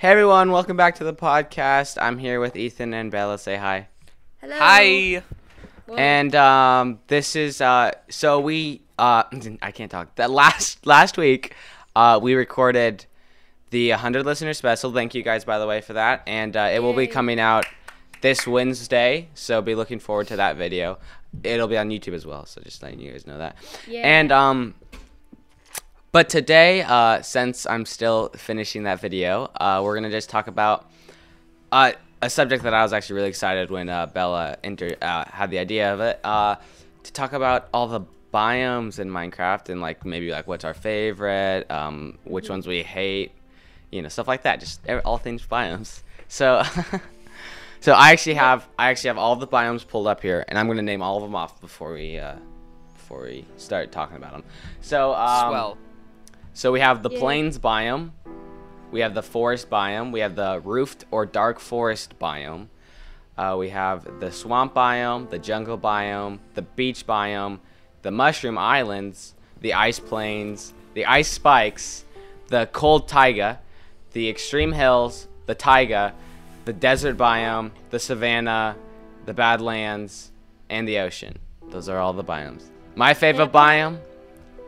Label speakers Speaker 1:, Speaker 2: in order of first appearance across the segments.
Speaker 1: Hey everyone, welcome back to the podcast. I'm here with Ethan and Bella. Say hi.
Speaker 2: Hello.
Speaker 3: Hi.
Speaker 2: Well,
Speaker 1: And um, this is uh, so we uh, I can't talk. That last last week, uh, we recorded the 100 listener special. Thank you guys by the way for that, and uh, it will be
Speaker 2: Yay.
Speaker 1: coming out this Wednesday. So be looking forward to that video. It'll be on YouTube as well. So just letting you guys know that.
Speaker 2: Yeah.
Speaker 1: And um, but today, uh, since I'm still finishing that video, uh, we're gonna just talk about uh, a subject that I was actually really excited when uh, Bella inter- uh, had the idea of it uh, to talk about all the biomes in Minecraft and like maybe like what's our favorite, um, which ones we hate, you know, stuff like that. Just e- all things biomes. So. So I actually have I actually have all the biomes pulled up here, and I'm gonna name all of them off before we uh, before we start talking about them. So um,
Speaker 3: Swell.
Speaker 1: so we have the
Speaker 2: Yay.
Speaker 1: plains biome, we have the forest biome, we have the roofed or dark forest biome, uh, we have the swamp biome, the jungle biome, the beach biome, the mushroom islands, the ice plains, the ice spikes, the cold taiga, the extreme hills, the taiga, the desert biome, the savanna, the badlands, and the ocean. Those are all the biomes. My favorite biome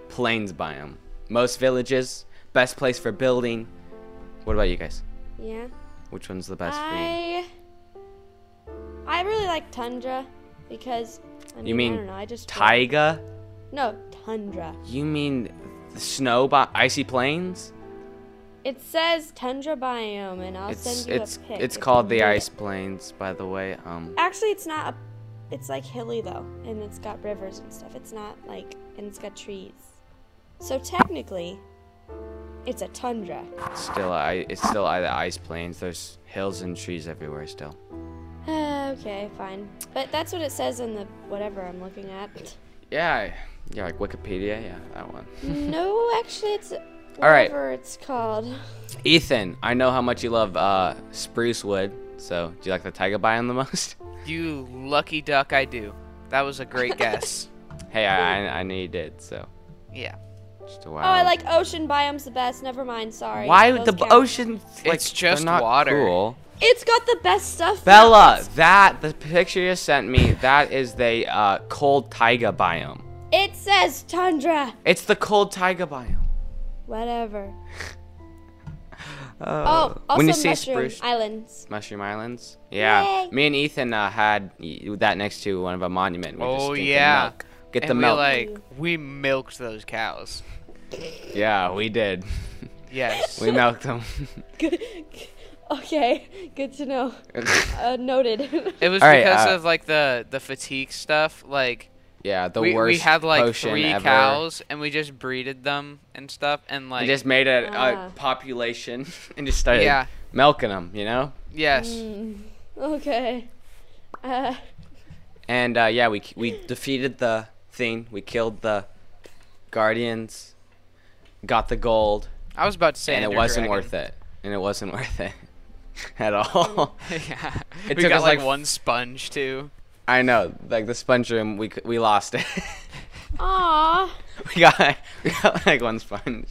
Speaker 1: plains biome. Most villages, best place for building. What about you guys?
Speaker 2: yeah.
Speaker 1: Which one's the best for you?
Speaker 2: I I really like tundra because I mean,
Speaker 1: You mean
Speaker 2: I don't know, I just
Speaker 1: Taiga?
Speaker 2: No, tundra.
Speaker 1: You mean the snow by icy plains?
Speaker 2: It says tundra biome, and I'll
Speaker 1: It's
Speaker 2: send you
Speaker 1: it's
Speaker 2: a pic.
Speaker 1: it's
Speaker 2: if
Speaker 1: called
Speaker 2: you
Speaker 1: the
Speaker 2: need
Speaker 1: ice
Speaker 2: it.
Speaker 1: plains, by the way. Um
Speaker 2: Actually, it's not. A, it's like hilly though, and it's got rivers and stuff. It's not like and it's got trees. So technically, it's a tundra.
Speaker 1: it's still I it's still I the ice plains. There's hills and trees everywhere still.
Speaker 2: okay, fine. But that's what it says in the whatever I'm looking at.
Speaker 1: Yeah, I- yeah, like Wikipedia, yeah, that one.
Speaker 2: No, actually, it's
Speaker 1: right.
Speaker 2: whatever it's called.
Speaker 1: Ethan, I know how much you love uh spruce wood. So, do you like the taiga biome the most?
Speaker 3: You lucky duck, I do. That was a great guess.
Speaker 1: hey, I, I I knew you did. So,
Speaker 3: Yeah.
Speaker 1: just a while.
Speaker 2: Oh, I like ocean biomes the best. Never mind, sorry.
Speaker 1: Why
Speaker 2: Those
Speaker 1: the
Speaker 2: count.
Speaker 1: ocean? Like,
Speaker 3: It's just
Speaker 1: they're not
Speaker 3: water.
Speaker 1: Cool.
Speaker 2: It's got the best stuff.
Speaker 1: Bella, that the picture you sent me, that is the uh, cold taiga biome.
Speaker 2: It says tundra.
Speaker 1: It's the cold taiga biome.
Speaker 2: Whatever.
Speaker 1: Uh,
Speaker 2: Oh, also
Speaker 1: when you see
Speaker 2: mushroom
Speaker 1: spruce
Speaker 2: islands.
Speaker 1: mushroom islands, yeah.
Speaker 2: Yay.
Speaker 1: Me and Ethan uh, had y- that next to one of our monument. We just
Speaker 3: Oh,
Speaker 1: drinking
Speaker 3: yeah.
Speaker 1: milk. get the
Speaker 3: and
Speaker 1: milk.
Speaker 3: we like we milked those cows.
Speaker 1: yeah, we did.
Speaker 3: Yes.
Speaker 1: we milked them.
Speaker 2: Good. Okay, good to know. Uh, noted.
Speaker 3: it was
Speaker 1: All right,
Speaker 3: because
Speaker 1: uh,
Speaker 3: of like the the fatigue stuff. Like
Speaker 1: yeah, the
Speaker 3: we,
Speaker 1: worst
Speaker 3: we had like
Speaker 1: potion
Speaker 3: three
Speaker 1: ever.
Speaker 3: cows and we just breeded them and stuff and
Speaker 1: We
Speaker 3: like
Speaker 1: just made a,
Speaker 2: Ah.
Speaker 1: a population and just started
Speaker 3: Yeah.
Speaker 1: milking them. You know.
Speaker 3: yes.
Speaker 2: okay. Uh,
Speaker 1: And uh, yeah, we we defeated the thing. We killed the guardians. Got the gold,
Speaker 3: I was about to say
Speaker 1: and it wasn't worth it. And it wasn't worth it at all.
Speaker 3: yeah.
Speaker 1: It
Speaker 3: we
Speaker 1: took
Speaker 3: got
Speaker 1: us,
Speaker 3: like,
Speaker 1: like,
Speaker 3: one sponge too.
Speaker 1: I know, like the sponge room, we c- we lost it.
Speaker 2: aw.
Speaker 1: we got we got like one sponge.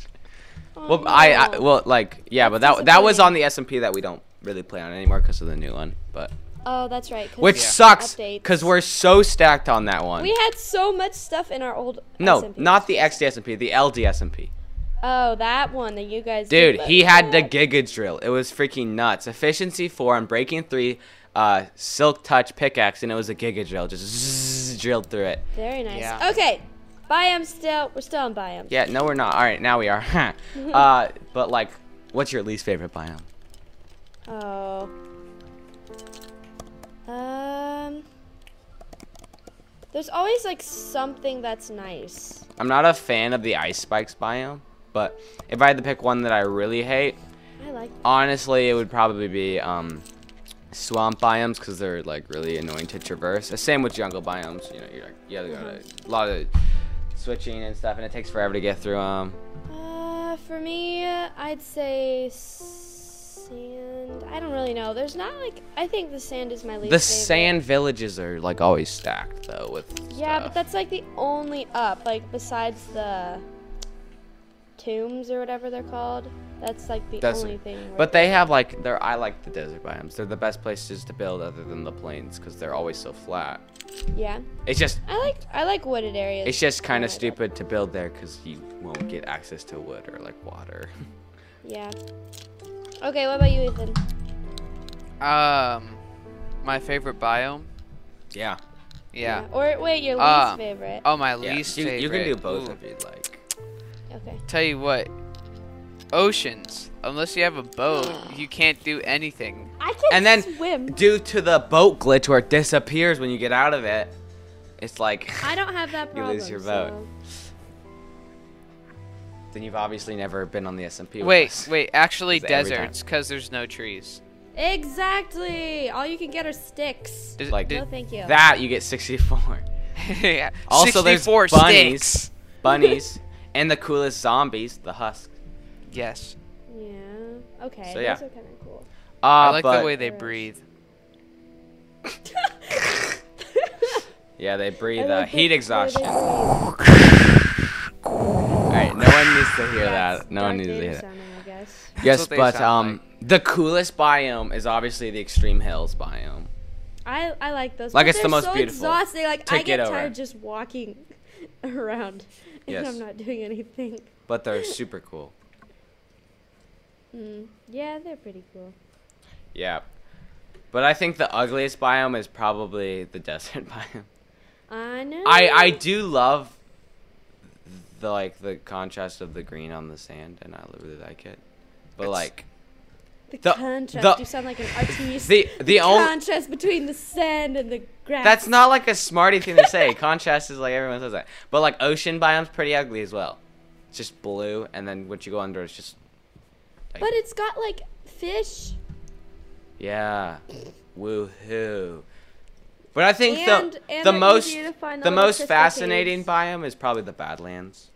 Speaker 2: Oh,
Speaker 1: Well, I, I
Speaker 2: no.
Speaker 1: well like yeah, but
Speaker 2: That's
Speaker 1: that that was
Speaker 2: disappointing.
Speaker 1: on the S and P that we don't really play on anymore because of the new one, but
Speaker 2: oh, that's right. 'cause
Speaker 1: which
Speaker 2: it's
Speaker 1: sucks
Speaker 2: updates.
Speaker 1: because we're so stacked on that one.
Speaker 2: We had so much stuff in our old.
Speaker 1: no,
Speaker 2: SMP.
Speaker 1: not the XD S and P, the LD S and P.
Speaker 2: Oh, that one that you guys. did,
Speaker 1: Dude,
Speaker 2: but-
Speaker 1: he had the giga drill. It was freaking nuts. Efficiency four and breaking three, uh, silk touch pickaxe, and it was a giga drill. Just zzz, drilled through it.
Speaker 2: Very nice.
Speaker 3: Yeah.
Speaker 2: Okay. Biome still. We're still on biome.
Speaker 1: Yeah, no, we're not. All right, now we are. uh, but like, what's your least favorite biome?
Speaker 2: Oh. Um. There's always like something that's nice.
Speaker 1: I'm not a fan of the ice spikes biome, but if I had to pick one that I really hate,
Speaker 2: I like.
Speaker 1: honestly, it would probably be um, swamp biomes because they're like really annoying to traverse. Uh, Same with jungle biomes. You know, you're like, you have to go to
Speaker 2: Mm-hmm.
Speaker 1: a lot of switching and stuff, and it takes forever to get through them.
Speaker 2: Uh, for me, I'd say sand. I don't really know. There's not like. I think the sand is my least.
Speaker 1: The
Speaker 2: favorite.
Speaker 1: sand villages are like always stacked though with
Speaker 2: Yeah, but
Speaker 1: stuff.
Speaker 2: that's like the only up. Like besides the tombs or whatever they're called. That's like the
Speaker 1: That's-
Speaker 2: only thing. where
Speaker 1: But they have like they're I like the desert biomes. They're the best places to build other than the plains because they're always so flat.
Speaker 2: yeah,
Speaker 1: It's just
Speaker 2: I like I like wooded areas.
Speaker 1: it's just kind
Speaker 2: I
Speaker 1: of
Speaker 2: like it.
Speaker 1: stupid to build there because you won't get access to wood or like water.
Speaker 2: Yeah. Okay, what about you, Ethan?
Speaker 3: Um, my favorite biome.
Speaker 1: yeah.
Speaker 3: Yeah.
Speaker 2: Or wait, your least
Speaker 3: Uh,
Speaker 2: favorite.
Speaker 3: Oh, my
Speaker 1: yeah.
Speaker 3: least
Speaker 1: you,
Speaker 3: favorite.
Speaker 1: you can do both
Speaker 3: Ooh.
Speaker 1: if you'd like.
Speaker 2: Okay.
Speaker 3: Tell you what, oceans. Unless you have a boat, you can't do anything.
Speaker 2: I can
Speaker 1: And then
Speaker 2: swim.
Speaker 1: due to the boat glitch where it disappears when you get out of it, it's like
Speaker 2: I don't have that
Speaker 1: You
Speaker 2: problem.
Speaker 1: lose your vote. then you've obviously never been on the SMP. with
Speaker 3: Wait,
Speaker 1: us.
Speaker 3: wait. Actually,
Speaker 1: Is it every time?
Speaker 3: deserts, because there's no trees.
Speaker 2: so- Exactly. All you can get are sticks.
Speaker 3: Did-
Speaker 1: Like-
Speaker 2: No,
Speaker 3: did-
Speaker 2: thank you.
Speaker 1: That you get 64.
Speaker 3: yeah.
Speaker 1: Also, there's
Speaker 3: 64
Speaker 1: bunnies.
Speaker 3: sticks.
Speaker 1: Bunnies and the coolest zombies, the husks.
Speaker 3: Yes.
Speaker 2: yeah. Okay.
Speaker 1: So, yeah.
Speaker 2: Those are kind of cool.
Speaker 1: Uh,
Speaker 3: I like
Speaker 1: but,
Speaker 3: the way they breathe.
Speaker 1: Yeah, they
Speaker 2: I
Speaker 1: breathe uh,
Speaker 2: like
Speaker 1: heat
Speaker 2: the-
Speaker 1: exhaustion.
Speaker 2: where
Speaker 1: All
Speaker 2: they
Speaker 1: right, no one needs to hear
Speaker 2: breathe. That's
Speaker 1: that. No one
Speaker 2: Dark
Speaker 1: needs to
Speaker 2: Vader
Speaker 1: hear that.
Speaker 2: sounding, I guess.
Speaker 1: Yes,
Speaker 3: what they
Speaker 1: but
Speaker 3: sound
Speaker 1: um, the coolest biome is obviously the extreme hills biome.
Speaker 2: I, I like those.
Speaker 1: Like,
Speaker 2: but
Speaker 1: it's the
Speaker 2: they're
Speaker 1: most
Speaker 2: so
Speaker 1: beautiful.
Speaker 2: Exhausting. Like I
Speaker 1: Take
Speaker 2: get
Speaker 1: it over.
Speaker 2: tired just walking around, and
Speaker 1: Yes.
Speaker 2: I'm not doing anything.
Speaker 1: But they're super cool.
Speaker 2: Mm. Yeah, they're pretty cool.
Speaker 1: Yeah. But I think the ugliest biome is probably the desert biome.
Speaker 2: I know.
Speaker 1: I I do love the like the contrast of the green on the sand, and I really like it. But
Speaker 3: It's-
Speaker 1: like
Speaker 2: The,
Speaker 1: the-
Speaker 2: contrast.
Speaker 1: the-
Speaker 2: you sound like an artiste.
Speaker 1: the the only
Speaker 2: contrast between the sand and the grass.
Speaker 1: that's not like a smarty thing to say. contrast is like everyone says that, but like ocean biome's pretty ugly as well. It's just blue, and then once you go under, it's just
Speaker 2: But it's got like fish
Speaker 1: yeah, woohoo. But I think
Speaker 2: And-
Speaker 1: the
Speaker 2: and
Speaker 1: the
Speaker 2: they're
Speaker 1: most
Speaker 2: easier to find the
Speaker 1: the
Speaker 2: little
Speaker 1: most
Speaker 2: crystal
Speaker 1: fascinating
Speaker 2: caves.
Speaker 1: biome is probably the Badlands.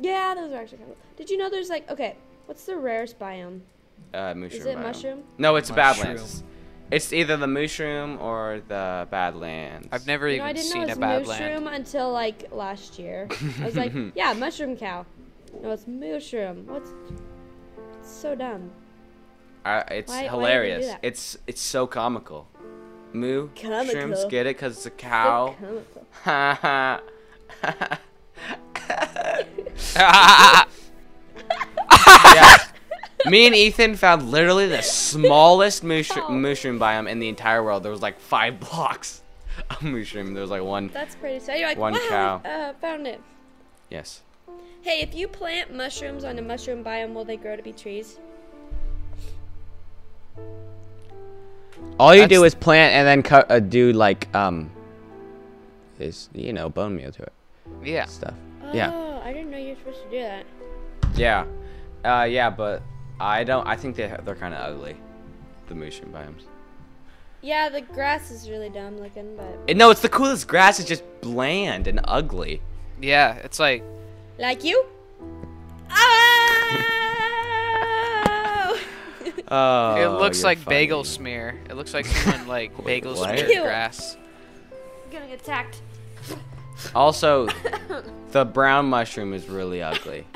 Speaker 2: Yeah, those are actually kind of. cool. Did you know there's like okay, what's the rarest biome?
Speaker 1: Uh, mushroom
Speaker 2: it
Speaker 1: biome.
Speaker 2: mushroom?
Speaker 1: No, it's
Speaker 3: Mushroom.
Speaker 1: Badlands. It's either the mushroom or the Badlands.
Speaker 3: I've never
Speaker 2: You know,
Speaker 3: even
Speaker 2: I didn't know
Speaker 3: seen
Speaker 2: it was
Speaker 3: a bad
Speaker 2: mushroom
Speaker 3: land.
Speaker 2: until like last year. I was like, yeah, mushroom cow. No, it's mushroom. What's? It's so dumb.
Speaker 1: I, it's
Speaker 2: Why- why did they do
Speaker 1: hilarious.
Speaker 2: that?
Speaker 1: it's it's so comical. Moo shrooms
Speaker 2: Comical.
Speaker 1: get it because it's a
Speaker 2: They're
Speaker 1: cow.
Speaker 2: comical.
Speaker 1: Ha ha. yeah. Me and Ethan found literally the smallest mushroom,
Speaker 2: Cow.
Speaker 1: mushroom biome in the entire world. There was like five blocks of mushroom. There was like one.
Speaker 2: That's pretty. So you're like,
Speaker 1: One
Speaker 2: wow, uh, found it.
Speaker 1: Yes.
Speaker 2: Hey, if you plant mushrooms on a mushroom biome, will they grow to be trees?
Speaker 1: All you
Speaker 3: That's-
Speaker 1: do is plant and then cut, uh, do like um, is you know bone meal to it
Speaker 3: Yeah.
Speaker 1: stuff.
Speaker 2: Oh,
Speaker 1: Yeah,
Speaker 2: I didn't know you were supposed to do that.
Speaker 1: yeah, uh, yeah. But I don't. I think they they're kind of ugly, the mushroom biomes.
Speaker 2: Yeah, the grass is really dumb looking, but
Speaker 1: And no, it's the coolest grass. It's just bland and ugly.
Speaker 3: Yeah. It's like
Speaker 2: like you. Oh!
Speaker 1: Oh,
Speaker 3: it looks
Speaker 1: you're
Speaker 3: like bagel
Speaker 1: funny.
Speaker 3: smear. It looks like someone like
Speaker 1: Wait,
Speaker 3: bagel
Speaker 1: what?
Speaker 3: smeared
Speaker 2: Ew.
Speaker 3: grass.
Speaker 2: getting attacked.
Speaker 1: Also, the brown mushroom is really ugly.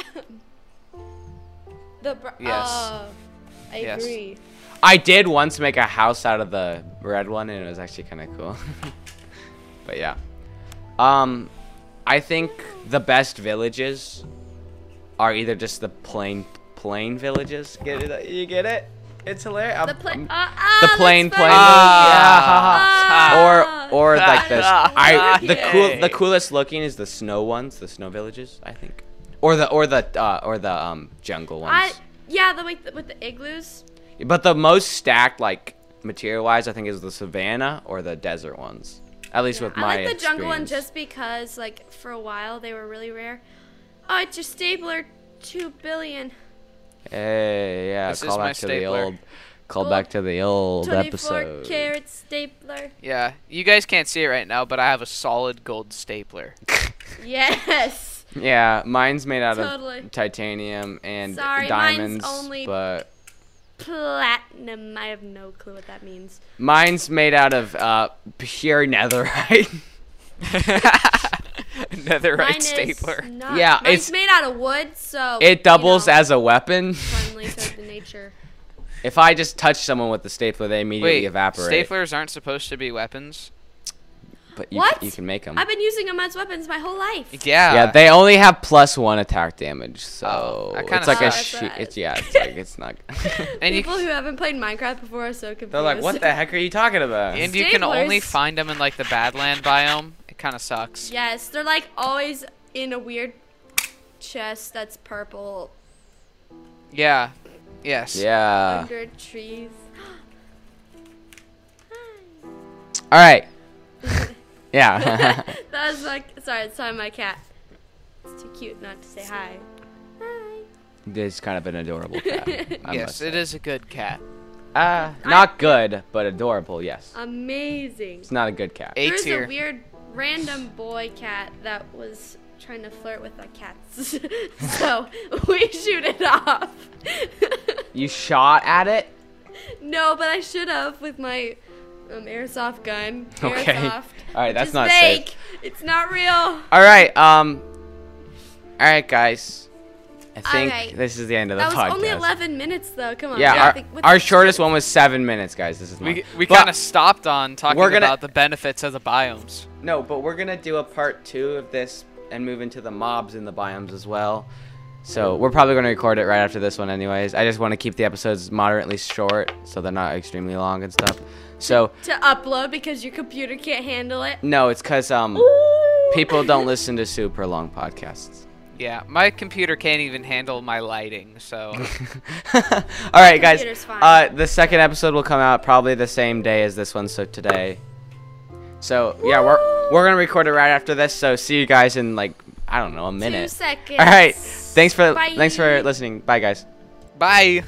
Speaker 2: The br-
Speaker 3: Yes.
Speaker 2: oh, I
Speaker 3: Yes.
Speaker 2: agree.
Speaker 1: I did once make a house out of the red one, and it was actually kind of cool. but yeah, um, I think the best villages are either just the plain plain villages. Get it? You get it? It's hilarious. I'm-
Speaker 2: The uh, plane.
Speaker 1: I'm- the plain plain. yeah.
Speaker 2: Ah.
Speaker 1: or or like this.
Speaker 3: Ah.
Speaker 1: I the cool the
Speaker 3: Okay.
Speaker 1: coolest looking is the snow ones, the snow villages. I think. Or the or the uh, or the um jungle ones.
Speaker 2: I yeah, the like the, with the igloos.
Speaker 1: But the most stacked, like material wise, I think is the savannah or the desert ones. At least with
Speaker 2: I
Speaker 1: my
Speaker 2: like the jungle one
Speaker 1: experience.
Speaker 2: just because like for a while they were really rare. Oh, it's your stapler, two billion.
Speaker 1: Hey, yeah,
Speaker 3: This is
Speaker 1: call
Speaker 3: my
Speaker 1: back to the
Speaker 3: stapler.
Speaker 1: old, call back to the old
Speaker 2: Twenty-four
Speaker 1: episode.
Speaker 2: carat stapler.
Speaker 3: Yeah. You guys can't see it right now, but I have a solid gold stapler.
Speaker 2: Yes.
Speaker 1: Yeah, mine's made out
Speaker 2: Totally.
Speaker 1: of titanium and
Speaker 2: Sorry, mine's
Speaker 1: diamonds,
Speaker 2: only-
Speaker 1: but
Speaker 2: Platinum. I have no clue what that means.
Speaker 1: mine's made out of uh, pure netherite.
Speaker 3: Netherite
Speaker 2: Mine is
Speaker 3: stapler.
Speaker 2: not-
Speaker 1: Yeah,
Speaker 2: mine's
Speaker 1: it's-
Speaker 2: made out of wood, so
Speaker 1: It doubles
Speaker 2: you know,
Speaker 1: as a weapon.
Speaker 2: friendly to the nature.
Speaker 1: if I just touch someone with the stapler, they immediately
Speaker 3: Wait,
Speaker 1: evaporate.
Speaker 3: staplers aren't supposed to be weapons.
Speaker 1: But you,
Speaker 2: What?
Speaker 1: you can make them.
Speaker 2: I've been using them as weapons my whole life.
Speaker 3: Yeah.
Speaker 1: yeah, they only have plus one attack damage, so
Speaker 3: Oh, that kinda
Speaker 1: it's like a
Speaker 3: sucks.
Speaker 1: shi
Speaker 2: That's what I-
Speaker 1: It's yeah, it's like it's not.
Speaker 3: and you,
Speaker 2: People who haven't played Minecraft before are so confused.
Speaker 1: They're like, what the heck are you talking about?
Speaker 3: and you can only
Speaker 2: Staplers.
Speaker 3: find them in like the Badland biome. It kind of sucks.
Speaker 2: Yes, they're like always in a weird chest that's purple
Speaker 3: Yeah. Yes.
Speaker 1: yeah.
Speaker 2: under trees.
Speaker 1: All right. yeah.
Speaker 2: That was like sorry, it's sorry my cat. It's too cute not to say hi. Hi.
Speaker 1: it's kind of an adorable cat. I
Speaker 3: Yes,
Speaker 1: must
Speaker 3: it
Speaker 1: say.
Speaker 3: is a good cat.
Speaker 1: Uh, not good, but adorable. Yes.
Speaker 2: Amazing.
Speaker 1: It's not a good cat.
Speaker 3: A
Speaker 2: There's a
Speaker 3: tier.
Speaker 2: weird random boy cat that was trying to flirt with the cats. so we shoot it off.
Speaker 1: You shot at it.
Speaker 2: no, but I should have with my um, airsoft gun.
Speaker 1: Okay.
Speaker 2: Airsoft.
Speaker 1: All right,
Speaker 2: which
Speaker 1: that's
Speaker 2: is
Speaker 1: not safe.
Speaker 2: fake. It's not real.
Speaker 1: All right. Um. All right, guys. I think
Speaker 2: right.
Speaker 1: this is the end of the
Speaker 2: That was
Speaker 1: podcast.
Speaker 2: only 11 minutes though. Come on.
Speaker 1: Yeah,
Speaker 2: I
Speaker 1: our,
Speaker 2: think- what
Speaker 1: our
Speaker 2: the-
Speaker 1: shortest one was seven minutes, guys. This is mine.
Speaker 3: We, we
Speaker 1: But-
Speaker 3: kind of stopped on talking
Speaker 1: We're gonna-
Speaker 3: about the benefits of the biomes.
Speaker 1: No, but we're gonna do a part two of this and move into the mobs and the biomes as well. So we're probably gonna record it right after this one, anyways. I just want to keep the episodes moderately short, so they're not extremely long and stuff. So
Speaker 2: to upload because your computer can't handle it.
Speaker 1: no, it's cause um people don't listen to super long podcasts.
Speaker 3: Yeah, my computer can't even handle my lighting, so
Speaker 1: All right, guys.
Speaker 2: Computer's fine.
Speaker 1: Uh, the second episode will come out probably the same day as this one, so today. So yeah, we're we're gonna record it right after this. So see you guys in like I don't know a
Speaker 2: Two
Speaker 1: minute.
Speaker 2: seconds.
Speaker 1: All right. Thanks for
Speaker 2: Bye.
Speaker 1: thanks for listening. Bye guys.
Speaker 3: bye.